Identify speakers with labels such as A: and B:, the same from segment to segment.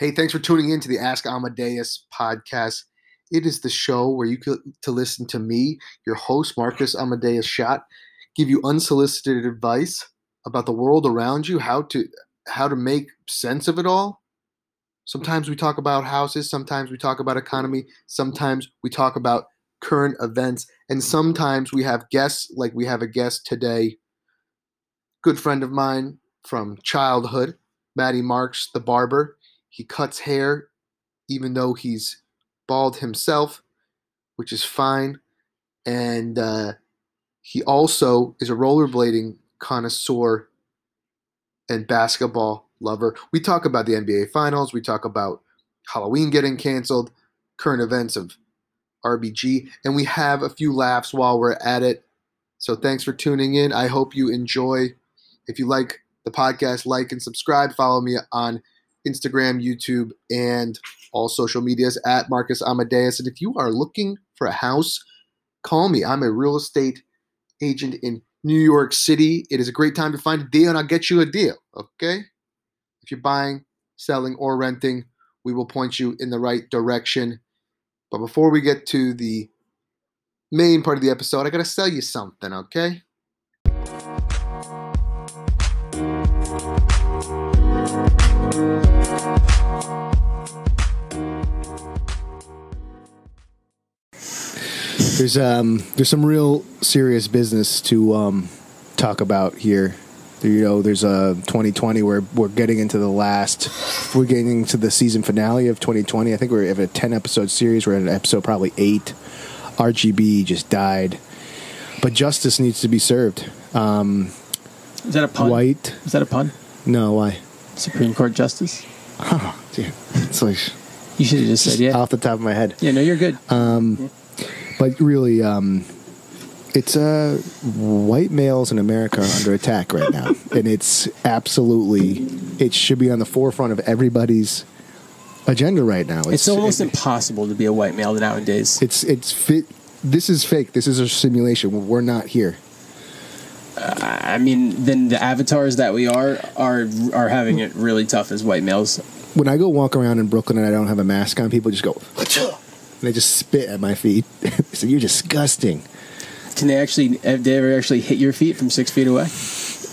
A: thanks for tuning in to the Ask Amadeus podcast. It is the show where you get to listen to me, your host, Marcus Amadeus Schott, give you unsolicited advice about the world around you, how to how to make sense of it all. Sometimes we talk about houses, sometimes we talk about economy, sometimes we talk about current events, and sometimes we have guests like we have a guest today. Good friend of mine from childhood, Matty Marks, the barber. He cuts hair even though he's bald himself, which is fine. And uh, he also is a rollerblading connoisseur and basketball lover. We talk about the NBA Finals, we talk about Halloween getting canceled, current events of RBG, and we have a few laughs while we're at it. So thanks for tuning in. I hope you enjoy. If you like the podcast, like and subscribe. Follow me on Instagram, YouTube, and all social medias at Marcus Amadeus. And if you are looking for a house, call me. I'm a real estate agent in New York City. It is a great time to find a deal, and I'll get you a deal. Okay? If you're buying, selling, or renting, we will point you in the right direction. But before we get to the main part of the episode, I got to sell you something, okay?
B: There's um there's some real serious business to um talk about here. You know, there's a 2020 where we're getting into the last, we're getting into the season finale of 2020. I think we're at a 10 episode series. We're at an episode probably eight. RGB just died, but justice needs to be served. Um,
C: Is that a pun?
B: White?
C: Is that a pun?
B: No, why?
C: Supreme Court justice.
B: Huh, dude, Oh, it's like
C: You should have just uh, said yeah.
B: off the top of my head.
C: yeah, no, you're good.
B: but really um it's uh white males in america are under attack right now and it's absolutely it should be on the forefront of everybody's agenda right now
C: it's almost
B: it-
C: impossible to be a white male nowadays.
B: it's it's fit this is fake this is a simulation we're not here
C: I mean, then the avatars that we are are are having it really tough as white males.
B: when i go walk around in brooklyn and i don't have a mask on people just go "Achoo!" and they just spit at my feet so you're disgusting
C: Can they actually? Have they ever actually hit your feet from six feet away?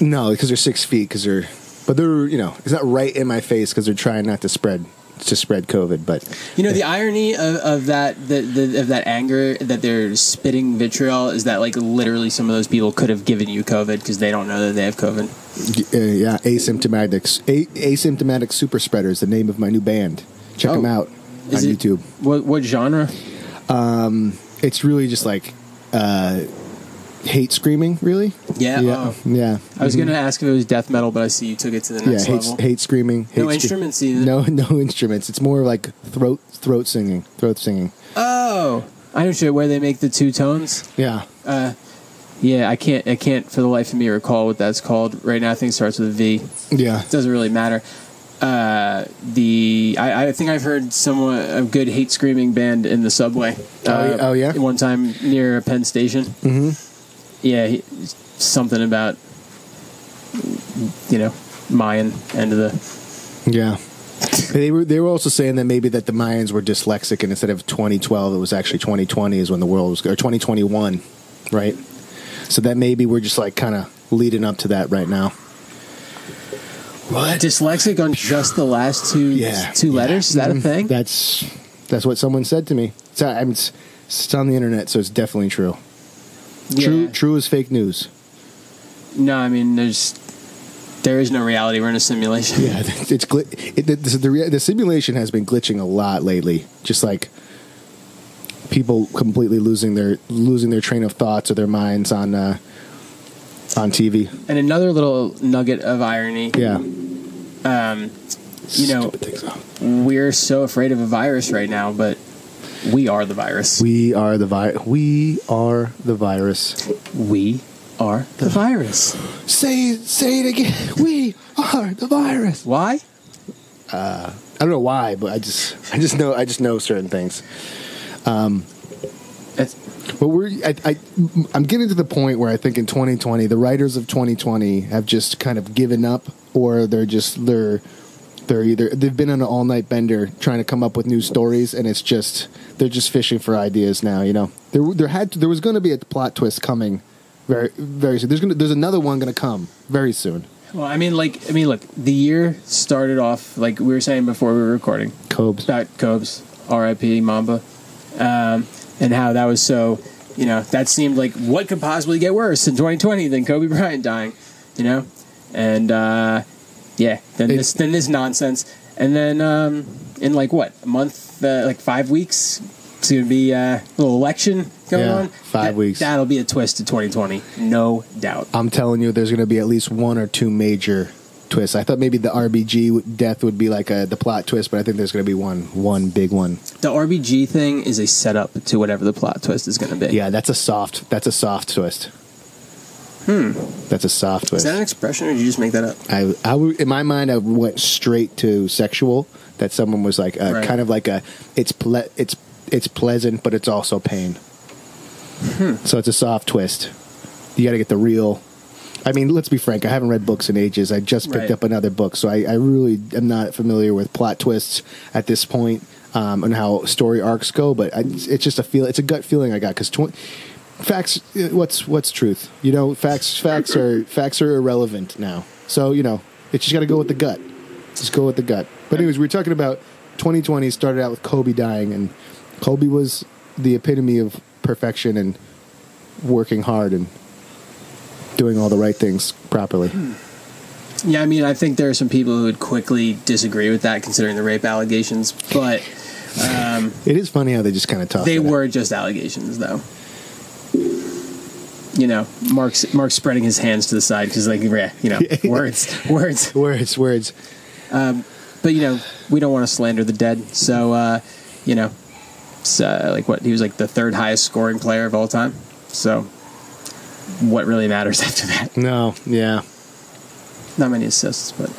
B: No, because they're six feet. Because they're, but they're, you know, it's not right in my face because they're trying not to spread to spread COVID. But
C: You know the irony of, of that the, the, of that anger that they're spitting vitriol is that like literally some of those people could have given you COVID because they don't know that they have COVID.
B: uh, yeah, asymptomatic, a, asymptomatic super spreader is the name of my new band. Check
C: Oh.
B: them out
C: Is
B: on
C: it-
B: YouTube.
C: What what genre?
B: It's really just like uh, hate screaming. Really?
C: Yeah,
B: yeah,
C: oh.
B: yeah.
C: I was gonna ask if it was death metal, but I see you took it to the
B: yeah,
C: next
B: hate,
C: level.
B: hate screaming. Hate
C: No instruments either.
B: No, no instruments. It's more like throat throat singing. Throat singing.
C: Oh, I know shit where they make the two tones.
B: Yeah.
C: Yeah, I can't. I can't for the life of me recall what that's called right now. I think it starts with a V. It
B: Yeah.
C: doesn't really matter. Uh, the I, I think I've heard someone a good hate screaming band in the subway.
B: Oh,
C: uh,
B: yeah- oh, yeah?
C: one time near Penn Station. Mm-hmm. Yeah, he, something about you know Mayan end of the
B: Yeah. They were they were also saying that maybe that the Mayans were dyslexic and instead of 2012 it was actually 2020 is when the world was or 2021, right? So that maybe we're just like kind of leading up to that right now. What?
C: dyslexic on just the last two
B: Yeah.
C: two
B: Yeah.
C: letters. Is Mm-hmm. that a thing?
B: Mm-hmm. That's that's what someone said to me. It's, I mean, it's, it's on the internet, so it's definitely true.
C: Yeah.
B: True true is fake news.
C: No, I mean there's there is no reality. We're in a simulation.
B: Yeah, it's gl- it, the, the, rea- the simulation has been glitching a lot lately. Just like people completely losing their losing their train of thoughts or their minds on uh, on TV.
C: And another little nugget of irony.
B: Yeah,
C: Um, You know,
B: Stupid things.
C: we're so afraid of a virus right now, but we are the virus.
B: we are the vi- we are the virus.
C: We are the virus.
B: Say say it again. We are the virus.
C: Why?
B: I don't know why, but I just I just know I just know certain things.
C: That's,
B: But we're I, I I'm getting to the point where I think in 2020 the writers of 2020 have just kind of given up or they're just they're They're either they've been on an all night bender trying to come up with new stories, and it's just they're just fishing for ideas now. You know, there there had there was going to be a plot twist coming very very soon. There's gonna there's another one going to come very soon.
C: Well, I mean, like, I mean, look, the year started off like we were saying before we were recording
B: Cobes.
C: about Cobes, R.I.P. Mamba, um, and how that was so. You know, that seemed like what could possibly get worse in 2020 than Kobe Bryant dying. You know, and uh, yeah, then
B: It-
C: this then this nonsense, and then um, in like what a month, uh, like five weeks, it's gonna be uh, a little election going
B: Yeah,
C: on.
B: five
C: That-
B: weeks.
C: That'll be a twist to 2020, no doubt.
B: I'm telling you, there's going to be at least one or two major twists. I thought maybe the RBG w- death would be like a the plot twist, but I think there's going to be one one big one.
C: The RBG thing is a setup to whatever the plot twist is going to be.
B: Yeah, that's a soft. That's a soft twist. Hmm. That's a soft
C: Hmm. Is
B: twist.
C: that an expression, or did you just make that up?
B: I, I w- in my mind, I went straight to sexual. That someone was like, uh,
C: Right.
B: kind of like a, it's ple- it's it's pleasant, but it's also pain.
C: Hmm.
B: So it's a soft twist. You got to get the real. I mean, let's be frank. I haven't read books in ages. I just picked
C: Right.
B: up another book, so I, I really am not familiar with plot twists at this point um, and how story arcs go. But I, it's it's just a feel. It's a gut feeling I got because facts. uh, What's what's truth? You know, facts. Facts are facts are irrelevant now. So you know, it's just got to go with the gut. Just go with the gut. But anyways, we were talking about 2020 started out with Kobe dying, and Kobe was the epitome of perfection and working hard and doing all the right things properly.
C: Hmm. Yeah, I mean, I think there are some people who would quickly disagree with that, considering the rape allegations. But
B: It is funny how they just kind of talk.
C: they
B: it out.
C: were just allegations, though. You know, Mark's Mark's spreading his hands to the side because, like, yeah, you know, words, words.
B: words, words.
C: But you know, we don't want to slander the dead. So, uh, you know, it's, uh, like what he was like the third highest scoring player of all time. So, what really matters after that?
B: No, yeah,
C: Not many assists, but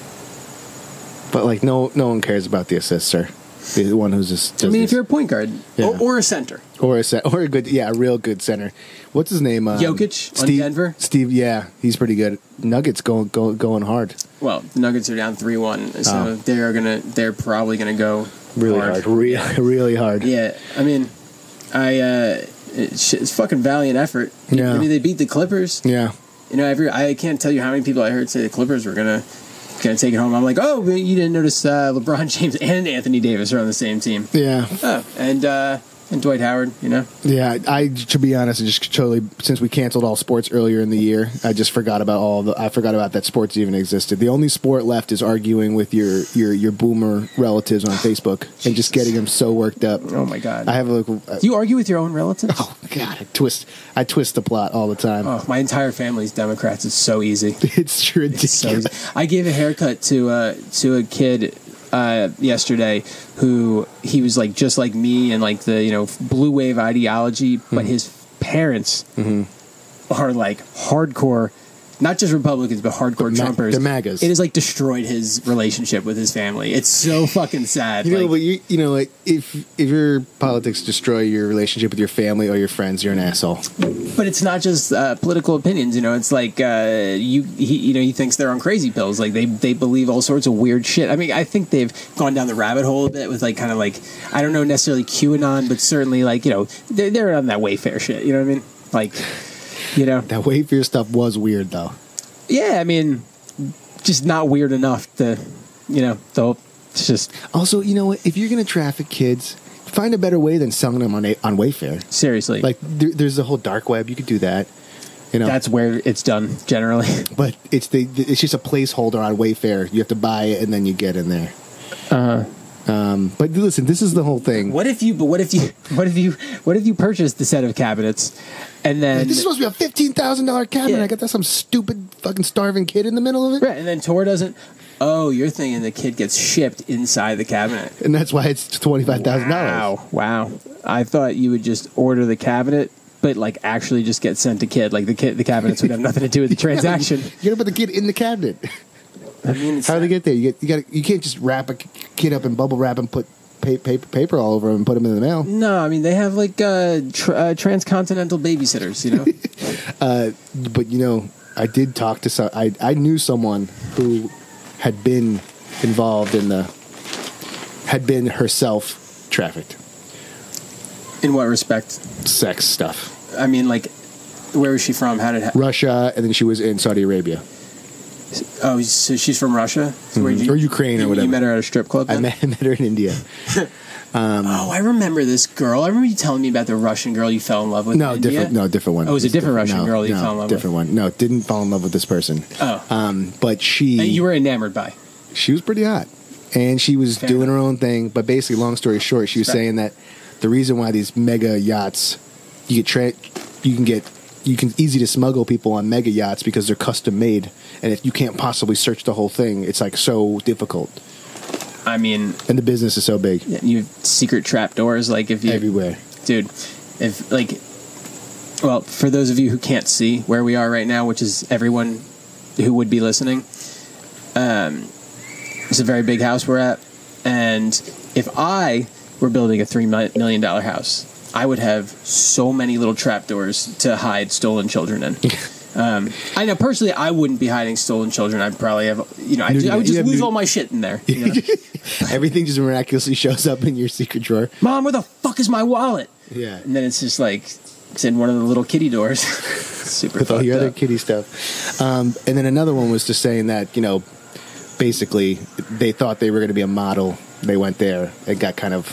B: but like no, no one cares about the assist, sir. The one who's just.
C: I mean, if you're a point guard
B: Yeah.
C: or, or a center,
B: or a se- or a good, yeah, a real good center. What's his name? Um,
C: Jokic on Denver?
B: Steve, yeah, he's pretty good. Nuggets going go, going hard,
C: well, the Nuggets are down three one, so
B: Oh.
C: they are gonna they're probably gonna go
B: really hard, Real, really hard.
C: Yeah, I mean, I uh, it, shit, it's fucking valiant effort.
B: Yeah.
C: I mean, they beat the Clippers.
B: yeah.
C: You know, every I can't tell you how many people I heard say the Clippers were gonna gonna take it home. I'm like, oh, but you didn't notice uh, LeBron James and Anthony Davis are on the same team.
B: yeah.
C: Oh, and uh, and Dwight Howard, you know.
B: Yeah, I to be honest, I just totally since we canceled all sports earlier in the year, I just forgot about all the I forgot about that sports even existed. The only sport left is arguing with your your your boomer relatives on Facebook and just getting them so worked up.
C: Oh my God.
B: I have like uh,
C: Do you argue with your own relatives? Oh,
B: God, I twist I twist the plot all the time.
C: my entire family's Democrats. It's so easy.
B: It's ridiculous.
C: So easy. I gave a haircut to uh, to a kid uh, yesterday who he was like just like me and like the you know blue wave ideology, but
B: Mm-hmm.
C: his parents are like hardcore, not just Republicans but hardcore
B: The ma-
C: Trumpers.
B: the MAGAs.
C: It has like destroyed his relationship with his family. It's so fucking sad.
B: You know,
C: like-
B: but you, you know, like if if your politics destroy your relationship with your family or your friends, you're an asshole.
C: but it's not just uh, political opinions. You know, it's like uh, you he, you know he thinks they're on crazy pills. Like they they believe all sorts of weird shit. I mean, I think they've gone down the rabbit hole a bit with like kind of like I don't know necessarily QAnon, but certainly like you know they're they're on that Wayfair shit. You know what I mean? Like you know,
B: That wait for your stuff was weird though.
C: yeah. I mean, just not weird enough to you know the whole. It's just
B: Also, you know what? If you're going to traffic kids, find a better way than selling them on a, on Wayfair.
C: seriously
B: Like there, there's the whole dark web. You could do that. You know,
C: that's where it's done generally.
B: but it's the it's just a placeholder on Wayfair. You have to buy it and then you get in there. Um, but listen, this is the whole thing.
C: What if you? But what if you? What if you? What if you purchased the set of cabinets, and then
B: This is supposed to be a fifteen thousand dollar cabinet.
C: Yeah.
B: I got that some stupid fucking starving kid in the middle of it,
C: Right, and then Tor doesn't. Oh, you're thinking the kid gets shipped inside the cabinet.
B: and that's why it's twenty five thousand dollars.
C: Wow, wow. I thought you would just order the cabinet, but like actually just get sent to kid. Like the kid, the cabinets would have nothing to do with the transaction.
B: You gotta put the kid in the cabinet.
C: I mean, it's,
B: How do they get there? You get, you got you can't just wrap a kid up in bubble wrap and put pa- paper paper all over him and put him in the mail.
C: no, I mean they have like uh, tr- uh, transcontinental babysitters. You know,
B: Uh, but you know, I did talk to some. I I knew someone who had been involved in the had been herself trafficked.
C: In what respect?
B: Sex stuff.
C: I mean, like, where was she from? How did? Ha-
B: Russia, and then she was in Saudi Arabia
C: oh, so she's from Russia, So where'd
B: Mm-hmm. or Ukraine
C: you,
B: or whatever.
C: You met her at a strip club.
B: I
C: then?
B: met, met her in India.
C: oh, I remember this girl. I remember you telling me about the Russian girl you fell in love with.
B: No,
C: in India.
B: different. No, different one.
C: Oh, it was a different Russian girl that you
B: no,
C: fell in love with.
B: different one. No, didn't fall in love with this person.
C: Oh,
B: Um, but she
C: and you were enamored by.
B: she was pretty hot, and she was
C: Fair.
B: doing her own thing. But basically, long story short, she was
C: Right.
B: saying that the reason why these mega yachts you get tra- you can get you can easy to smuggle people on mega yachts because they're custom made, and if you can't possibly search the whole thing, it's like so difficult,
C: I mean,
B: and the business is so big
C: you have secret trap doors. Like if you,
B: everywhere.
C: dude, if like, well, for those of you who can't see where we are right now, which is everyone who would be listening, um, it's a very big house we're at, and if I were building a three mi- million dollar house. I would have so many little trapdoors to hide stolen children in. um, I know personally, I wouldn't be hiding stolen children. I'd probably have, you know, I,
B: No,
C: ju- I
B: you-
C: would
B: you
C: just
B: have
C: lose
B: new-
C: all my shit in there. you know?
B: Everything just miraculously shows up in your secret drawer.
C: Mom, where the fuck is my wallet?
B: Yeah.
C: And then it's just like it's in one of the little kitty doors. Super
B: with all your
C: fucked
B: other
C: up.
B: kitty stuff. Um, and then another one was just saying that you know, basically they thought they were going to be a model. They went there and got kind of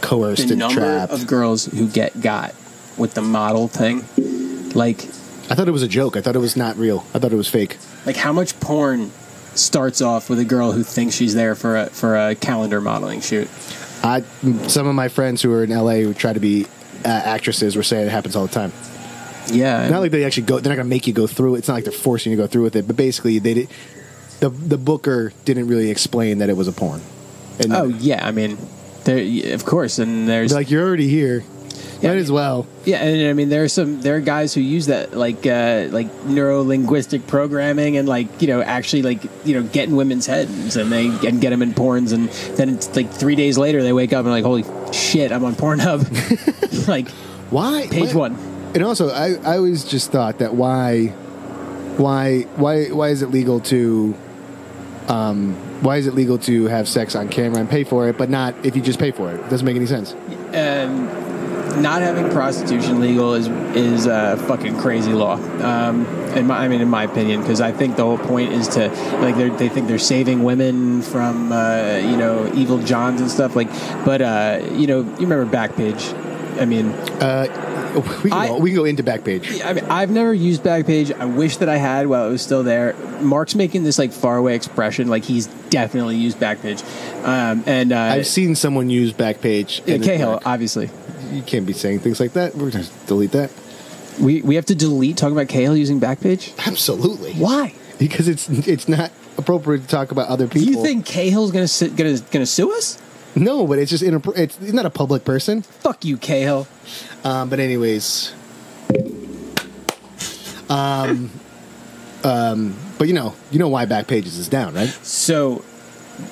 B: coerced
C: the
B: and
C: number
B: trapped.
C: of girls who get got with the model thing, like
B: I thought it was a joke. I thought it was not real. I thought it was fake.
C: like how much porn starts off with a girl who thinks she's there for a for a calendar modeling shoot.
B: I some of my friends who are in LA who try to be uh, actresses were saying it happens all the time.
C: Yeah,
B: Not like they actually go. They're not going to make you go through it. It's not like they're forcing you to go through with it. But basically, they did. The the booker didn't really explain that it was a porn. And
C: oh yeah, I mean, there y- of course, and there's
B: like you're already here.
C: Yeah, I
B: Might
C: mean-
B: as well.
C: Yeah, and I mean there are some there are guys who use that like uh, like neuro linguistic programming and like you know actually like you know get in women's heads and they and get them in porns and then it's like three days later they wake up and like holy shit I'm on Pornhub like
B: Why?
C: page
B: why-
C: one
B: And also, I, I always just thought that why, why, why, why is it legal to, um, why is it legal to have sex on camera and pay for it, but not if you just pay for it? It doesn't make any sense.
C: um, not having prostitution legal is is uh, fucking crazy law um, in my I mean in my opinion because I think the whole point is to like they they think they're saving women from uh, you know evil johns and stuff like but uh, you know you remember Backpage. I mean,
B: Uh, we can,
C: I-
B: go, we can go into Backpage.
C: I mean, I've never used Backpage. I wish that I had while it was still there. Mark's making this like faraway expression, like he's definitely used Backpage. Um, and uh,
B: I've seen someone use Backpage. and
C: yeah,
B: it's
C: Cahill,
B: like,
C: obviously,
B: you can't be saying things like that. We're going to delete that.
C: we we have to delete talking about Cahill using Backpage.
B: Absolutely.
C: Why?
B: Because it's it's not appropriate to talk about other
C: Do
B: people.
C: you think Cahill's gonna sit, gonna gonna sue us?
B: No, but it's just inappro- it's, it's not a public person.
C: Fuck you, Cahill.
B: Um, but anyways, um, um, but you know, you know why Backpages is down, right?
C: So,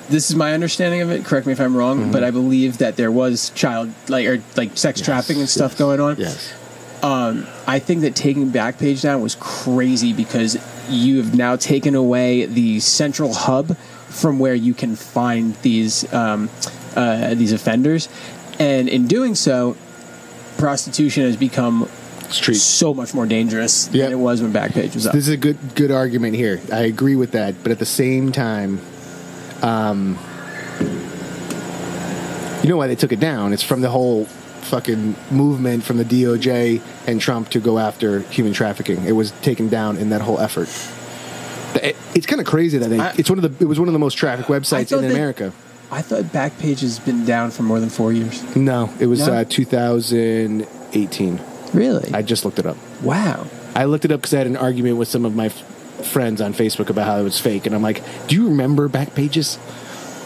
C: this is my understanding of it. Correct me if I'm wrong, but
B: Mm-hmm.
C: I believe that there was child like or like sex trafficking and stuff going on.
B: Yes.
C: I think that taking Backpage down was crazy because you have now taken away the central hub from where you can find these um, uh, these offenders, and in doing so, prostitution has become
B: Street.
C: so much more dangerous
B: Yeah.
C: than it was when Backpage was up.
B: This is a good good argument here. I agree with that, but at the same time, um, you know why they took it down? It's from the whole fucking movement from the DOJ and Trump to go after human trafficking. It was taken down in that whole effort. It- it's kind of crazy that they,
C: I-
B: it's one of the it was one of the most trafficked websites
C: thought
B: in
C: they-
B: America.
C: I thought Backpage has been down for more than four years.
B: No, it was
C: No?
B: uh, 2018.
C: Really?
B: I just looked it up.
C: wow.
B: I looked it up because I had an argument with some of my f- friends on Facebook about how it was fake, and I'm like, "Do you remember Backpages?"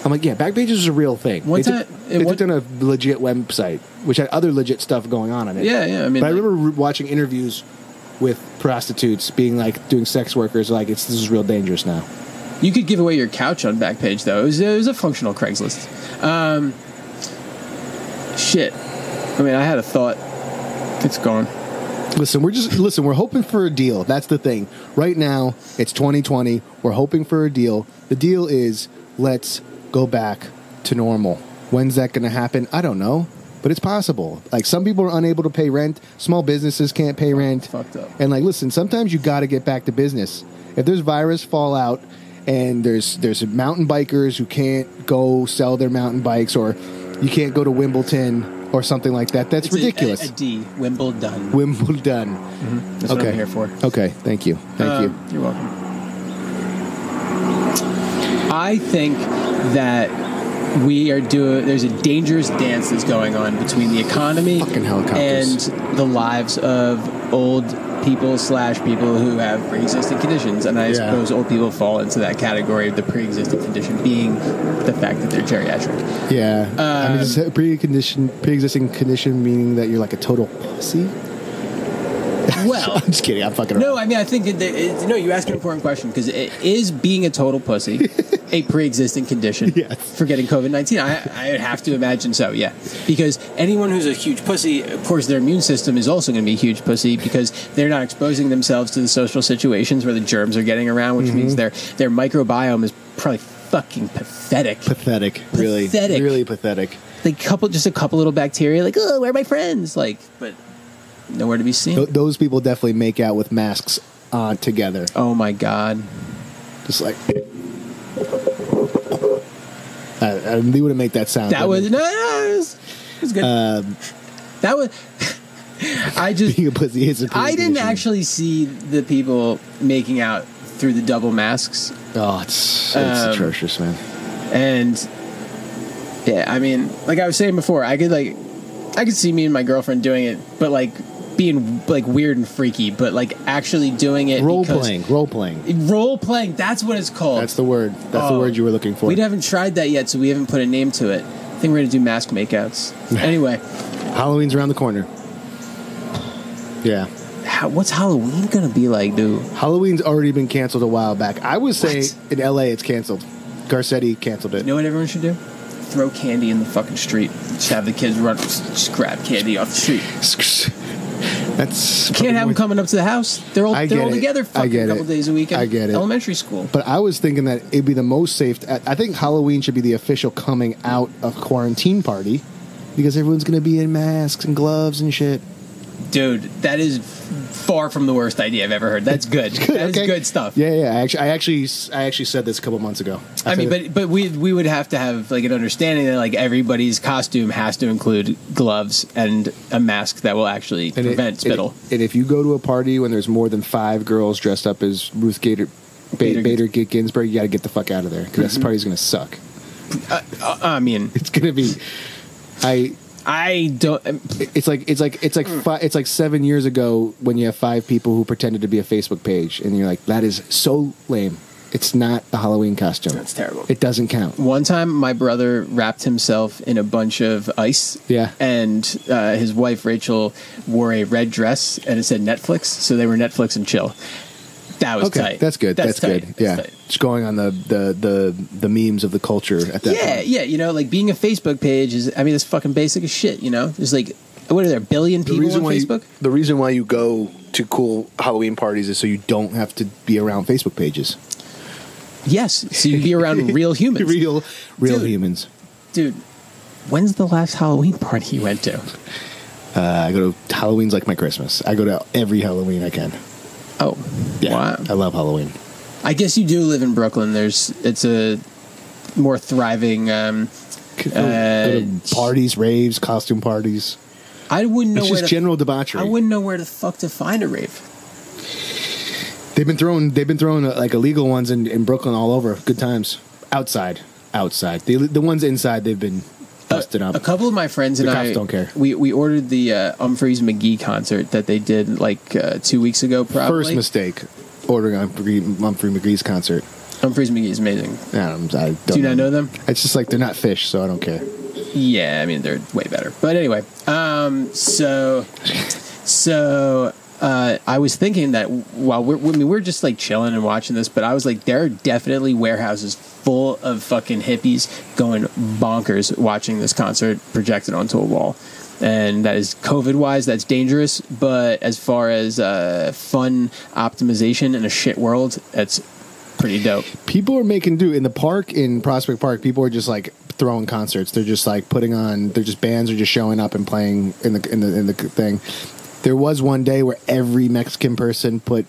B: I'm like, "Yeah, Backpages is a real thing.
C: One
B: they
C: time-
B: took,
C: it
B: they
C: one-
B: took down a legit website, which had other legit stuff going on on it.
C: Yeah, yeah. I mean,
B: but I
C: like-
B: remember re- watching interviews with prostitutes being like doing sex workers, like it's this is real dangerous now.
C: You could give away your couch on Backpage, though. It was, it was a functional Craigslist. Um, shit. I mean, I had a thought. It's gone.
B: Listen, we're just listen. We're hoping for a deal. That's the thing. Right now, it's 2020. We're hoping for a deal. The deal is let's go back to normal. When's that going to happen? I don't know, but it's possible. Like some people are unable to pay rent, small businesses can't pay rent.
C: Fucked up.
B: And like listen, sometimes you got to get back to business. If there's virus fallout and there's there's mountain bikers who can't go sell their mountain bikes or you can't go to Wimbledon or something like that. That's
C: It's a-
B: ridiculous.
C: A, a D, Wimbledon.
B: Wimbledon.
C: That's what I'm here for.
B: Okay, thank you. Thank
C: Uh,
B: you.
C: You're welcome. I think that we are doing. There's a dangerous dance that's going on between the economy
B: Fucking
C: and
B: helicopters.
C: the lives of old people slash people who have pre-existing conditions, and I
B: Yeah.
C: suppose old people fall into that category of the pre-existing condition being the fact that they're geriatric.
B: Yeah. I mean, is
C: um,
B: that pre-condition, pre-existing condition meaning that you're like a total pussy?
C: Well.
B: I'm just kidding. I'm fucking
C: No,
B: around.
C: I mean I think that there is, no. You asked an important question because is being a total pussy a pre-existing condition
B: Yes.
C: for getting COVID nineteen? I I would have to imagine so. Yeah, because anyone who's a huge pussy, of course, their immune system is also going to be a huge pussy because they're not exposing themselves to the social situations where the germs are getting around, which means their their microbiome is probably fucking pathetic.
B: Pathetic. Really.
C: Pathetic.
B: Really pathetic.
C: Like couple, just a couple little bacteria. Like, oh, where are my friends? Like, but nowhere to be seen.
B: Th- those people definitely make out with masks on together.
C: Oh my god.
B: Just like. I, I, they wouldn't make that sound.
C: That was no, no, it was, it was good. that was. I just
B: being a pussy is a
C: I didn't
B: pre-condition.
C: actually see the people making out through the double masks,
B: Oh, it's, it's
C: Um,
B: atrocious, man.
C: and yeah, I mean, like I was saying before, I could like I could see me and my girlfriend doing it, but like being like weird and freaky, but like actually doing it
B: Role
C: because-
B: playing. Role playing.
C: Role playing, that's what it's called.
B: That's the word. That's the
C: Oh.
B: word you were looking for.
C: we haven't tried that yet, so we haven't put a name to it. I think we're gonna do mask makeouts. anyway,
B: Halloween's around the corner. Yeah.
C: how, what's Halloween gonna be like, dude?
B: Halloween's already been canceled a while back. I would say
C: What?
B: in LA it's canceled. Garcetti canceled it.
C: You know what everyone should do? Throw candy in the fucking street. Just have the kids run, just grab candy off the street.
B: That's
C: Can't have them coming up to the house. They're all
B: I
C: they're
B: get
C: all
B: it.
C: together.
B: I
C: Fucking
B: get
C: couple
B: it.
C: days a week. in
B: I get it.
C: Elementary school.
B: But I was thinking that it'd be the most safe. I I think Halloween should be the official coming out of quarantine party because everyone's going to be in masks and gloves and shit.
C: Dude, that is far from the worst idea I've ever heard. That's good. That is
B: Okay.
C: good stuff.
B: Yeah, yeah. I actually, I actually, I actually said this a couple months ago.
C: I mean,
B: said
C: but but we we would have to have like an understanding that like everybody's costume has to include gloves and a mask that will actually
B: And it-
C: prevent
B: and-
C: spittle.
B: and if you go to a party when there's more than five girls dressed up as Ruth Gator, ba-
C: Bader- Mm-hmm.
B: Bader, Gi- Ginsburg, you got to get the fuck out of there because this party's going to suck.
C: Uh, I mean,
B: It's going to be, I.
C: I don't.
B: It's like it's like it's like
C: Mm.
B: fi- it's like seven years ago when you have five people who pretended to be a Facebook page, and you're like, that is so lame. It's not a Halloween costume.
C: That's terrible.
B: It doesn't count.
C: One time, my brother wrapped himself in a bunch of ice.
B: Yeah.
C: And uh, his wife, Rachel, wore a red dress and it said Netflix. So they were Netflix and chill. That was
B: okay,
C: tight.
B: that's good. That's,
C: tight.
B: good.
C: That's
B: yeah,
C: tight.
B: it's going on the the the the memes of the culture at that.
C: Yeah,
B: point.
C: yeah. You know, like being a Facebook page is, I mean, it's fucking basic as shit, you know? There's like, what are there, a billion people on Facebook?
B: You, the reason why you go to cool Halloween parties is so you don't have to be around Facebook pages.
C: yes. So you'd be around real humans.
B: Real, real
C: Dude.
B: humans.
C: Dude, when's the last Halloween party you went to?
B: Uh, I go to Halloween's like my Christmas. I go to every Halloween I can.
C: Oh,
B: Yeah,
C: wow.
B: I love Halloween.
C: I guess you do live in Brooklyn. There's it's a more thriving. Um,
B: Go to parties, raves, costume parties.
C: I wouldn't know
B: it's
C: where
B: just
C: to,
B: general debauchery.
C: I wouldn't know where the fuck to find a rave.
B: They've been throwing. They've been throwing uh, like illegal ones in, in Brooklyn all over. Good times outside, outside. The the ones inside they've been busted up.
C: Uh, A couple of my friends
B: The
C: and
B: cops
C: I
B: don't care.
C: We we ordered the uh, Humphreys McGee concert that they did like uh, two weeks ago. Probably
B: First mistake, ordering on Humphrey Humphrey McGee's concert.
C: Humphreys McGee is amazing.
B: I don't, I don't
C: Do you not know them?
B: It's just like they're not fish, so I don't care.
C: Yeah, I mean they're way better. But anyway, um, so so uh, I was thinking that while we're I mean, we're just like chilling and watching this, but I was like, there are definitely warehouses full of fucking hippies going bonkers watching this concert projected onto a wall. And that is COVID wise, that's dangerous. But as far as uh, fun optimization in a shit world, that's pretty dope.
B: People are making do in the park in Prospect Park. People are just like throwing concerts. They're just like putting on. They're just bands are just showing up and playing in the in the in the thing. There was one day where every Mexican person put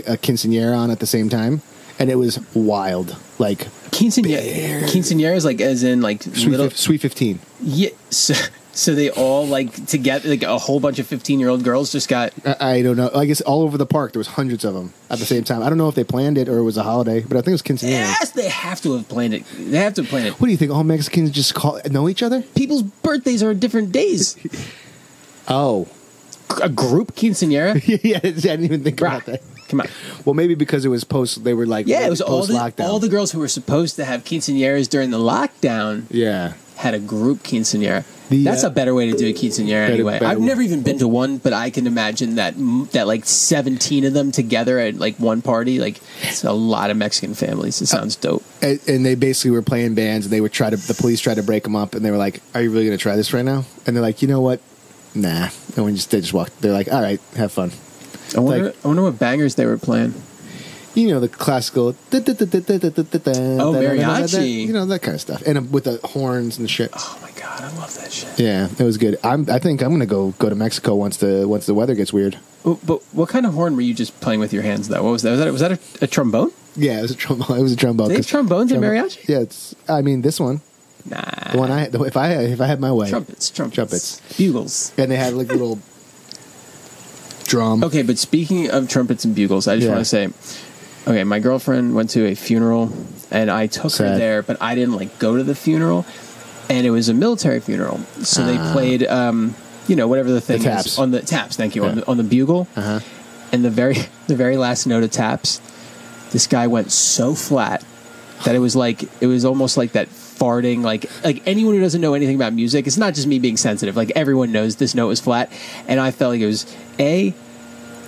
B: a quinceanera on at the same time, and it was wild. Like
C: Quinceañera, quinceañera is like as in like
B: sweet,
C: little.
B: Fif- sweet fifteen.
C: Yeah, so, so they all like together, like a whole bunch of fifteen-year-old girls just got.
B: I, I don't know. I guess all over the park there was hundreds of them at the same time. I don't know if they planned it or it was a holiday, but I think it was quinceanera.
C: Yes, they have to have planned it. They have to have planned it.
B: What do you think? All Mexicans just call know each other?
C: People's birthdays are different days.
B: Oh,
C: A group quinceanera.
B: yeah. I didn't even think about
C: Bruh,
B: that.
C: come on.
B: Well, maybe because it was post. They were like
C: Yeah, it was all
B: post
C: the,
B: lockdown.
C: all the girls who were supposed to have quinceañeras during the lockdown
B: yeah.
C: had a group quinceañera.
B: The,
C: That's
B: uh,
C: a better way to do a quinceañera
B: better-
C: anyway.
B: better
C: I've
B: way.
C: never even been to one, but I can imagine that m- that like 17 of them together at like one party, like it's a lot of Mexican
B: Uh,
C: families. It sounds dope.
B: And, and they basically were playing bands, and they would try to. The police tried to break them up, and they were like, "Are you really going to try this right now?" And they're like, "You know what? Nah." And we just they just walked. They're like, "All right, have fun."
C: I wonder,
B: Like-
C: I wonder what bangers they were playing.
B: You know the classical. Oh,
C: mariachi.
B: You know that kind of stuff, and uh, with the horns and shit.
C: Oh my god, I love that shit.
B: Yeah, it was good. I'm. I think I'm gonna go go to Mexico once the once the weather gets weird.
C: Oh, But what kind of horn were you just playing with your hands though? What was that? Was that, was that a, a trombone?
B: Yeah, it was a trombone. It was a trombone.
C: They have
B: 'cause-
C: trombones and
B: trombone-
C: mariachi?
B: Yeah, it's. I mean, this one,
C: Nah.
B: the one I if I if I had my way,
C: trumpets, trumpets,
B: Trumpets.
C: bugles.
B: and they had like little drum.
C: Okay, but speaking of trumpets and bugles, I just
B: Um, Yeah.
C: want to say, okay, my girlfriend went to a funeral, and I took her
B: Sad.
C: there, but I didn't like go to the funeral, and it was a military funeral, so they
B: Ah.
C: played, um, you know, whatever the thing is
B: taps.
C: on the taps. Thank you on,
B: Yeah.
C: the, on the bugle,
B: Uh huh.
C: and the very the very last note of taps, this guy went so flat that it was like it was almost like that farting like like anyone who doesn't know anything about music it's not just me being sensitive like everyone knows this note was flat and i felt like it was a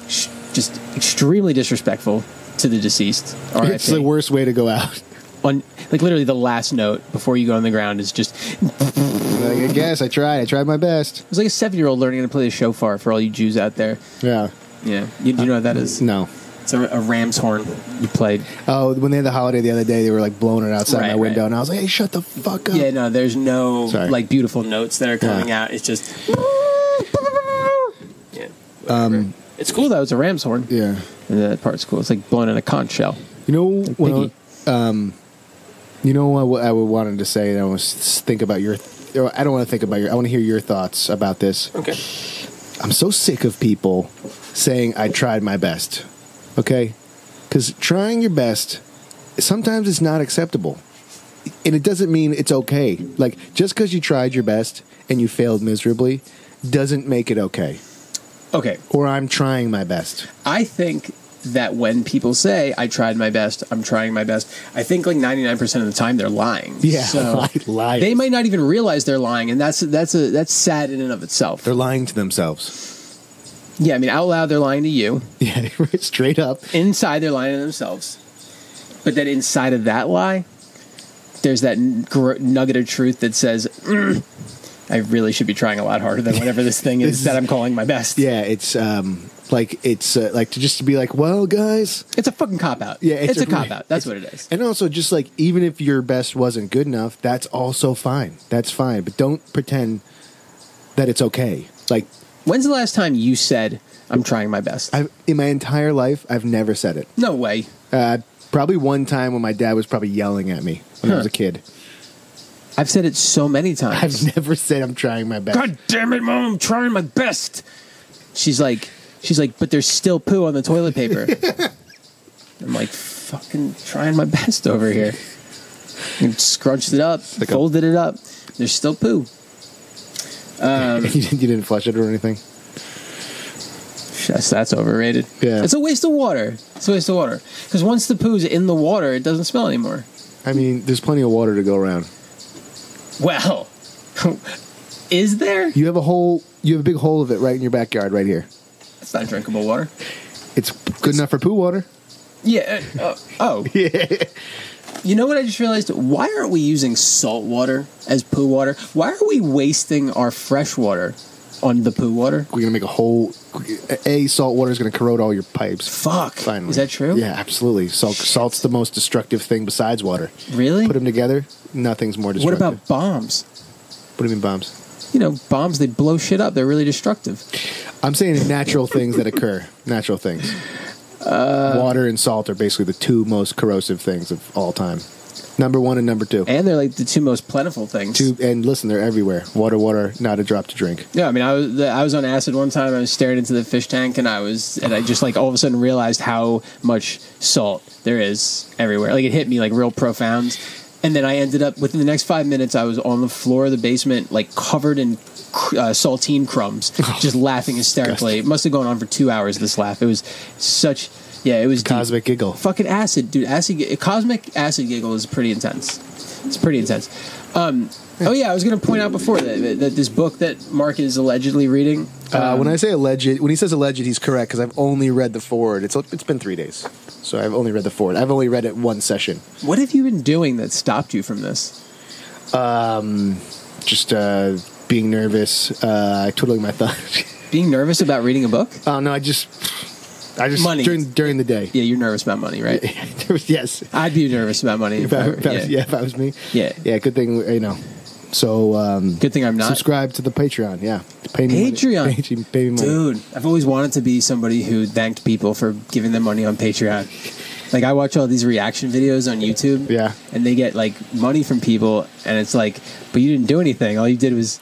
C: sh- just extremely disrespectful to the deceased all right
B: It's the worst way to go out.
C: on like literally the last note before you go on the ground is just it
B: like, I guess I tried. I tried my best.
C: was like a seven year old learning how to play the shofar for all you jews out there
B: Yeah.
C: yeah you, do you know what that is
B: No.
C: it's a, a ram's horn you played
B: Oh, when they had the holiday the other day, they were like blowing it outside
C: Right,
B: my window,
C: right.
B: and I was like, "Hey, shut the fuck up!"
C: Yeah, no, there's no
B: Sorry.
C: like beautiful notes that are coming
B: Yeah.
C: out. It's just yeah. Um, it's cool though. It's a ram's horn.
B: Yeah.
C: And that part's cool. It's like blown in a conch shell.
B: You know when I- um,
C: Piggy.
B: You know what, what I wanted to say, and I was think about your. or I don't want to think about your. I want to hear your thoughts about this.
C: Okay.
B: I'm so sick of people saying I tried my best. Okay? Because trying your best sometimes it's not acceptable. And it doesn't mean it's okay. Like, just because you tried your best and you failed miserably doesn't make it okay.
C: Okay.
B: Or I'm trying my best.
C: I think that when people say I tried my best, I'm trying my best, I think like 99% of the time they're lying.
B: Yeah.
C: So
B: liars.
C: they might not even realize they're lying and that's that's a that's sad in and of itself.
B: They're lying to themselves.
C: yeah, I mean out loud they're lying to you.
B: Yeah, straight up.
C: inside they're lying to themselves but then inside of that lie there's that n- gr- nugget of truth that says "Mm, i really should be trying a lot harder than whatever this thing is
B: This
C: that
B: is-
C: i'm calling my best
B: Yeah, it's um like it's uh, like to just to be like, well, guys,
C: it's a fucking cop out
B: Yeah,
C: it's,
B: it's
C: a,
B: a-
C: cop out that's what it is
B: And also, just like even if your best wasn't good enough, that's also fine. That's fine. But don't pretend that it's okay. Like
C: when's the last time you said i'm trying my best
B: I, in my entire life, I've never said it.
C: no way
B: Uh, probably one time when my dad was probably yelling at me when I was
C: Huh.
B: a kid.
C: i've said it so many times
B: I've never said I'm trying my best.
C: god damn it mom i'm trying my best she's like she's like but there's still poo on the toilet paper i'm like fucking trying my best over here and scrunched it up
B: Like a-
C: folded it up there's still poo
B: you, didn't, you didn't flush it or anything.
C: that's, that's overrated
B: Yeah.
C: it's a waste of water it's a waste of water because once the poo's in the water it doesn't smell anymore
B: I mean, there's plenty of water to go around.
C: well is there
B: You have a whole, you have a big hole of it right in your backyard, right here.
C: it's not drinkable water
B: It's good enough for poo water.
C: yeah uh, oh
B: Yeah.
C: You know what I just realized? Why aren't we using salt water as poo water? Why are we wasting our fresh water on the poo water.
B: We're gonna make a whole. A salt water is gonna corrode all your pipes.
C: Fuck.
B: Finally,
C: Is that true?
B: Yeah, absolutely. Salt, salt's the most destructive thing besides water.
C: Really?
B: Put them together, nothing's more
C: what
B: destructive.
C: about bombs?
B: What do you mean bombs?
C: You know, bombs they blow shit up. They're really destructive.
B: I'm saying natural things that occur. Natural things.
C: Uh,
B: water and salt are basically the two most corrosive things of all time. Number one and number two.
C: And they're like the two most plentiful things.
B: two and listen, they're everywhere. Water, water, not a drop to drink.
C: Yeah, I mean, I was the, I was on acid one time. I was staring into the fish tank, and I was and I just like all of a sudden realized how much salt there is everywhere. Like it hit me like real profound, and then I ended up within the next five minutes, I was on the floor of the basement, like covered in cr- uh, saltine crumbs, just laughing hysterically. It must have gone on for two hours. This laugh. It was such. Yeah, it was deep.
B: Cosmic giggle.
C: Fucking acid, dude. Acid, gi- cosmic acid giggle is pretty intense. It's pretty intense. Um, oh yeah, I was gonna point out before that, that, that this book that Mark is allegedly reading.
B: Uh,
C: um,
B: when I say alleged, when he says alleged, he's correct because I've only read the forward. It's it's been three days, so I've only read the forward. I've only read it one session.
C: what have you been doing that stopped you from this?
B: Just uh, being nervous, uh, twiddling my thumb.
C: Being nervous about reading a book?
B: oh no, I just, I just
C: Money.
B: during during the day.
C: Yeah, you're nervous about money, right?
B: There was- yes,
C: I'd be nervous about money.
B: if I, if I,
C: yeah.
B: was- yeah, if I was me.
C: Yeah.
B: yeah. Good thing you know. So um,
C: Good thing I'm not.
B: subscribe to the Patreon. Yeah, pay me money.
C: Patreon.
B: Pay, me- pay me money.
C: Dude, I've always wanted to be somebody who thanked people for giving them money on Patreon. Like I watch all these reaction videos on YouTube.
B: Yeah.
C: And they get like money from people and it's like, but you didn't do anything. All you did was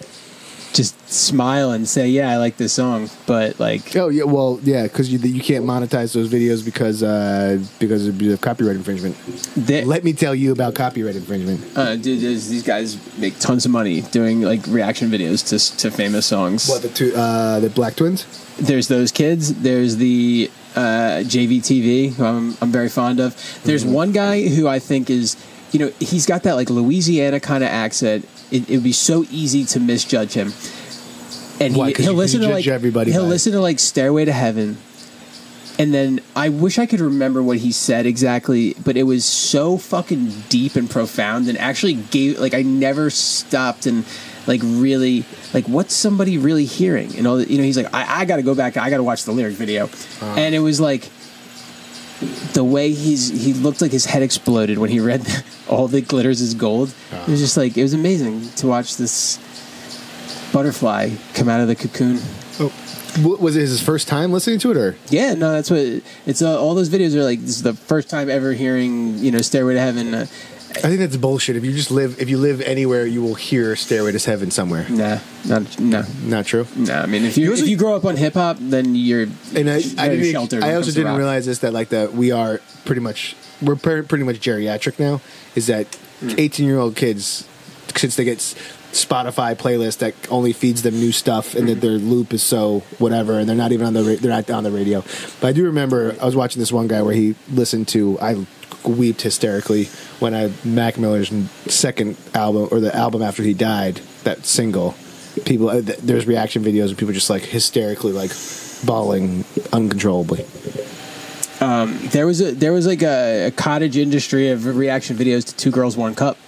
C: just smile and say, "Yeah, I like this song." But like
B: Oh yeah, well yeah, because you you can't monetize those videos because uh, because it'd be a copyright infringement.
C: they,
B: Let me tell you about copyright infringement.
C: uh, dude, there's- these guys make tons of money doing like reaction videos to s- to famous songs.
B: What the two uh, the Black Twins?
C: there's those kids. There's the uh, JVTV, who I'm, I'm very fond of. There's
B: Mm-hmm.
C: one guy who I think is, you know, he's got that like Louisiana kind of accent. It would be so easy to misjudge him. And
B: Why?
C: he,
B: 'Cause
C: he'll
B: you-
C: listen
B: you
C: to
B: judge
C: like
B: everybody
C: he'll
B: by it.
C: listen to like Stairway to Heaven. And then I wish I could remember what he said exactly, but it was so fucking deep and profound and actually gave like I never stopped and like really like what's somebody really hearing and all that you know he's like I, I gotta go back I gotta watch the lyric video and it was like the way he's he looked like his head exploded when he read all that glitters is gold it was just like it was amazing to watch this butterfly come out of the cocoon
B: Oh. What, was it his first time listening to it or?
C: yeah, no, that's what it's. Uh, all those videos are like. This is the first time ever hearing, you know, Stairway to Heaven. Uh,
B: I think that's bullshit. If you just live, if you live anywhere, you will hear "Stairway to Heaven" somewhere.
C: nah, not no,
B: Not true.
C: no. I mean, if you if you grow up on hip hop, then you're
B: And I, I
C: very
B: didn't.
C: sheltered. when
B: I
C: it
B: also
C: comes to
B: didn't
C: rock.
B: realize this that like that we are pretty much we're pre- pretty much geriatric now. Is that eighteen year old kids since they get s- Spotify playlist that only feeds them new stuff and that their loop is so whatever and they're not even on the ra- they're not on the radio. But I do remember I was watching this one guy where he listened to I weeped hysterically when I Mac Miller's second album or the album after he died that single. People uh, th- there's reaction videos of people just like hysterically like bawling uncontrollably.
C: There was a there was like a, a cottage industry of reaction videos to Two Girls One Cup.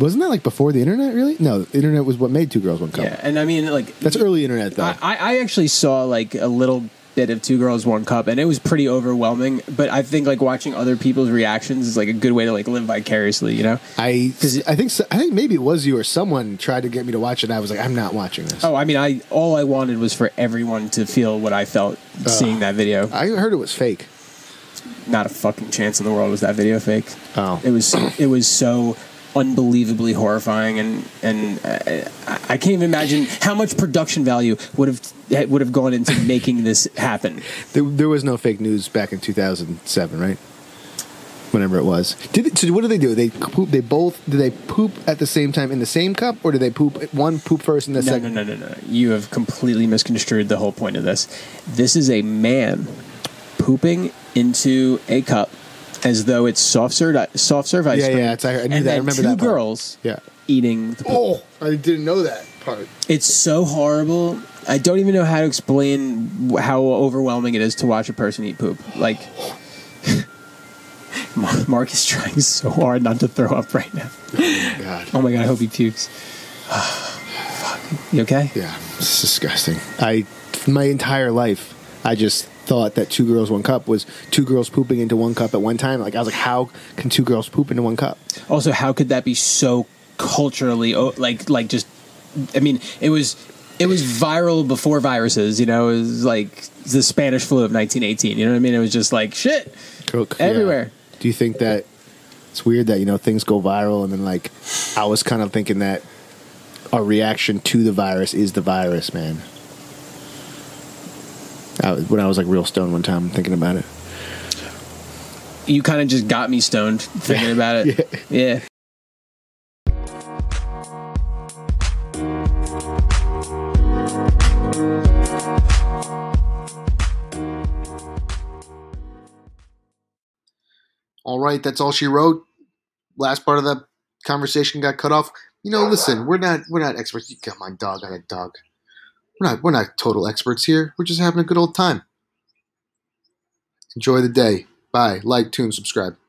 B: Wasn't that like before the internet? Really? No, the internet was what made Two Girls One Cup.
C: Yeah, and I mean, like
B: Oh. That's early internet though.
C: I, I I actually saw like a little bit of Two Girls One Cup, and it was pretty overwhelming. But I think like watching other people's reactions is like a good way to like live vicariously, you know.
B: I
C: 'Cause it-
B: I think so, I think maybe it was you or someone tried to get me to watch it. and I was like, I'm not watching this.
C: Oh, I mean, I all I wanted was for everyone to feel what I felt
B: Oh.
C: seeing that video.
B: I heard it was fake.
C: Not a fucking chance in the world was that video fake.
B: Oh.
C: it was it was so unbelievably horrifying, and and I, I- I can't even imagine how much production value would have would have gone into making this happen.
B: There, there was no fake news back in 2007, right? Whenever it was. Did it, so what do they do? They poop. They both. Do they poop at the same time in the same cup, or do they poop one poop first and the
C: No, no,
B: second?
C: no, no, no. You have completely misconstrued the whole point of this. This is a man pooping into a cup as though it's soft serve soft serve ice
B: Yeah,
C: cream.
B: yeah, it's- I heard- I knew
C: and
B: that. I
C: then
B: remember
C: two
B: that part.
C: girls
B: Yeah.
C: eating the poop.
B: Oh, I didn't know that part.
C: It's so horrible. I don't even know how to explain wh- how overwhelming it is to watch a person eat poop. Like, Mar- Mark is trying so hard not to throw up right now.
B: God.
C: Oh my god, I hope he pukes. Fuck. You okay?
B: Yeah, it's disgusting. I my entire life, I just thought that two girls one cup was two girls pooping into one cup at one time. Like I was like, how can two girls poop into one cup?
C: Also, how could that be so culturally oh, like like just? I mean, it was it was viral before viruses. You know, it was like the Spanish flu of 1918. You know what I mean? It was just like shit
B: Coke
C: everywhere.
B: Do you think that it's weird that you know things go viral and then like I was kind of thinking that our reaction to the virus is the virus, man. I was, when I was like real stoned one time, thinking about it.
C: You kind of just got me stoned thinking about it. yeah.
A: All right, that's all she wrote. Last part of the conversation got cut off. You know, listen, we're not we're not experts. You got my dog on a dog. We're not we're not total experts here. We're just having a good old time. Enjoy the day. Bye. Like, tune, subscribe.